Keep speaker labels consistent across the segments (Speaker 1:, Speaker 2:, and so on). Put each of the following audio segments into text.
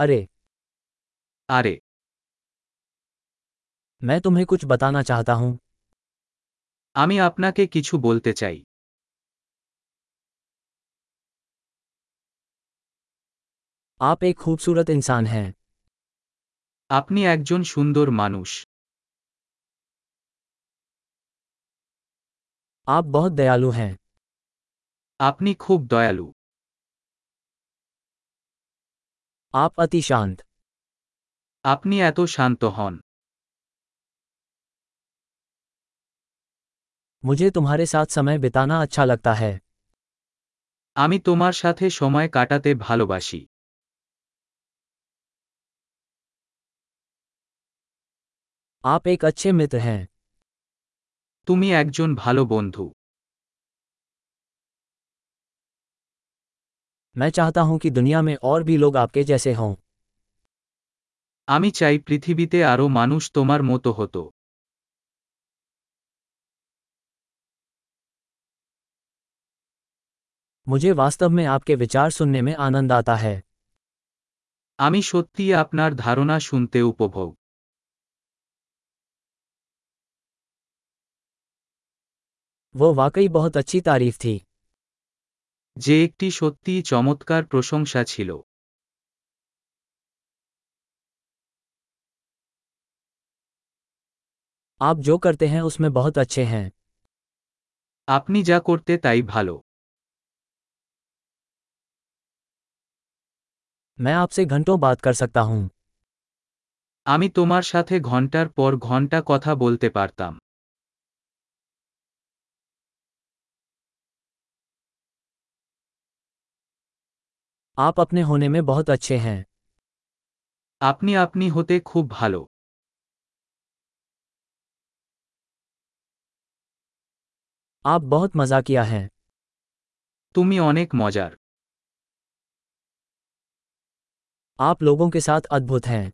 Speaker 1: अरे
Speaker 2: अरे
Speaker 1: मैं तुम्हें कुछ बताना चाहता हूँ
Speaker 2: আমি আপনাকে কিছু বলতে চাই
Speaker 1: आप एक खूबसूरत इंसान हैं
Speaker 2: আপনি একজন সুন্দর মানুষ
Speaker 1: आप बहुत दयालु हैं
Speaker 2: আপনি খুব দয়ালু
Speaker 1: आप अति शांत
Speaker 2: আপনি এত শান্ত হন
Speaker 1: मुझे तुम्हारे साथ समय बिताना अच्छा लगता है
Speaker 2: আমি তোমার সাথে সময় কাটাতে ভালোবাসি
Speaker 1: आप एक अच्छे मित्र हैं
Speaker 2: তুমি একজন ভালো বন্ধু
Speaker 1: मैं चाहता हूँ कि दुनिया में और भी लोग आपके जैसे हों
Speaker 2: আমি চাই পৃথিবীতে আরও মানুষ তোমার মতো হতো
Speaker 1: मुझे वास्तव में आपके विचार सुनने में आनंद आता है
Speaker 2: আমি সত্যিই আপনার ধারণা শুনতে উপভোগ
Speaker 1: वो वाकई बहुत अच्छी तारीफ थी
Speaker 2: যে একটি সত্যিই চমৎকার প্রশংসা ছিল
Speaker 1: आप जो करते हैं उसमें बहुत अच्छे हैं
Speaker 2: আপনি যা করতে তাই ভালো
Speaker 1: मैं आपसे घंटों बात कर सकता हूँ
Speaker 2: আমি তোমার সাথে ঘন্টার পর ঘন্টা কথা বলতে পারতাম
Speaker 1: आप अपने होने में बहुत अच्छे हैं
Speaker 2: আপনি আপনি হতে খুব ভালো
Speaker 1: आप बहुत मजाकिया हैं
Speaker 2: তুমি অনেক মজার
Speaker 1: आप लोगों के साथ अद्भुत हैं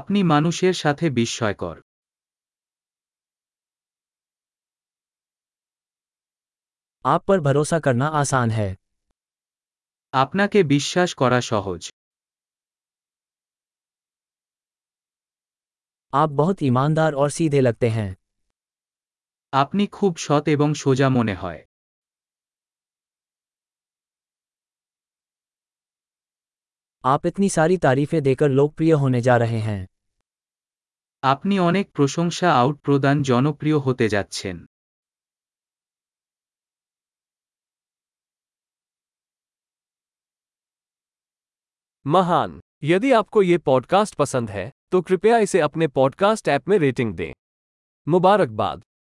Speaker 2: আপনি মানুষের সাথে বিস্ময়কর
Speaker 1: आप पर भरोसा करना आसान है
Speaker 2: আপনাকে বিশ্বাস করা সহজ
Speaker 1: आप बहुत ईमानदार और सीधे लगते हैं
Speaker 2: আপনি খুব সৎ এবং সোজা মনে হয়
Speaker 1: आप इतनी सारी तारीफें देकर लोकप्रिय होने जा रहे हैं
Speaker 2: আপনি অনেক প্রশংসা আউট প্রদান জনপ্রিয় হতে যাচ্ছেন
Speaker 3: महान यदि आपको ये पॉडकास्ट पसंद है तो कृपया इसे अपने पॉडकास्ट ऐप में रेटिंग दें मुबारकबाद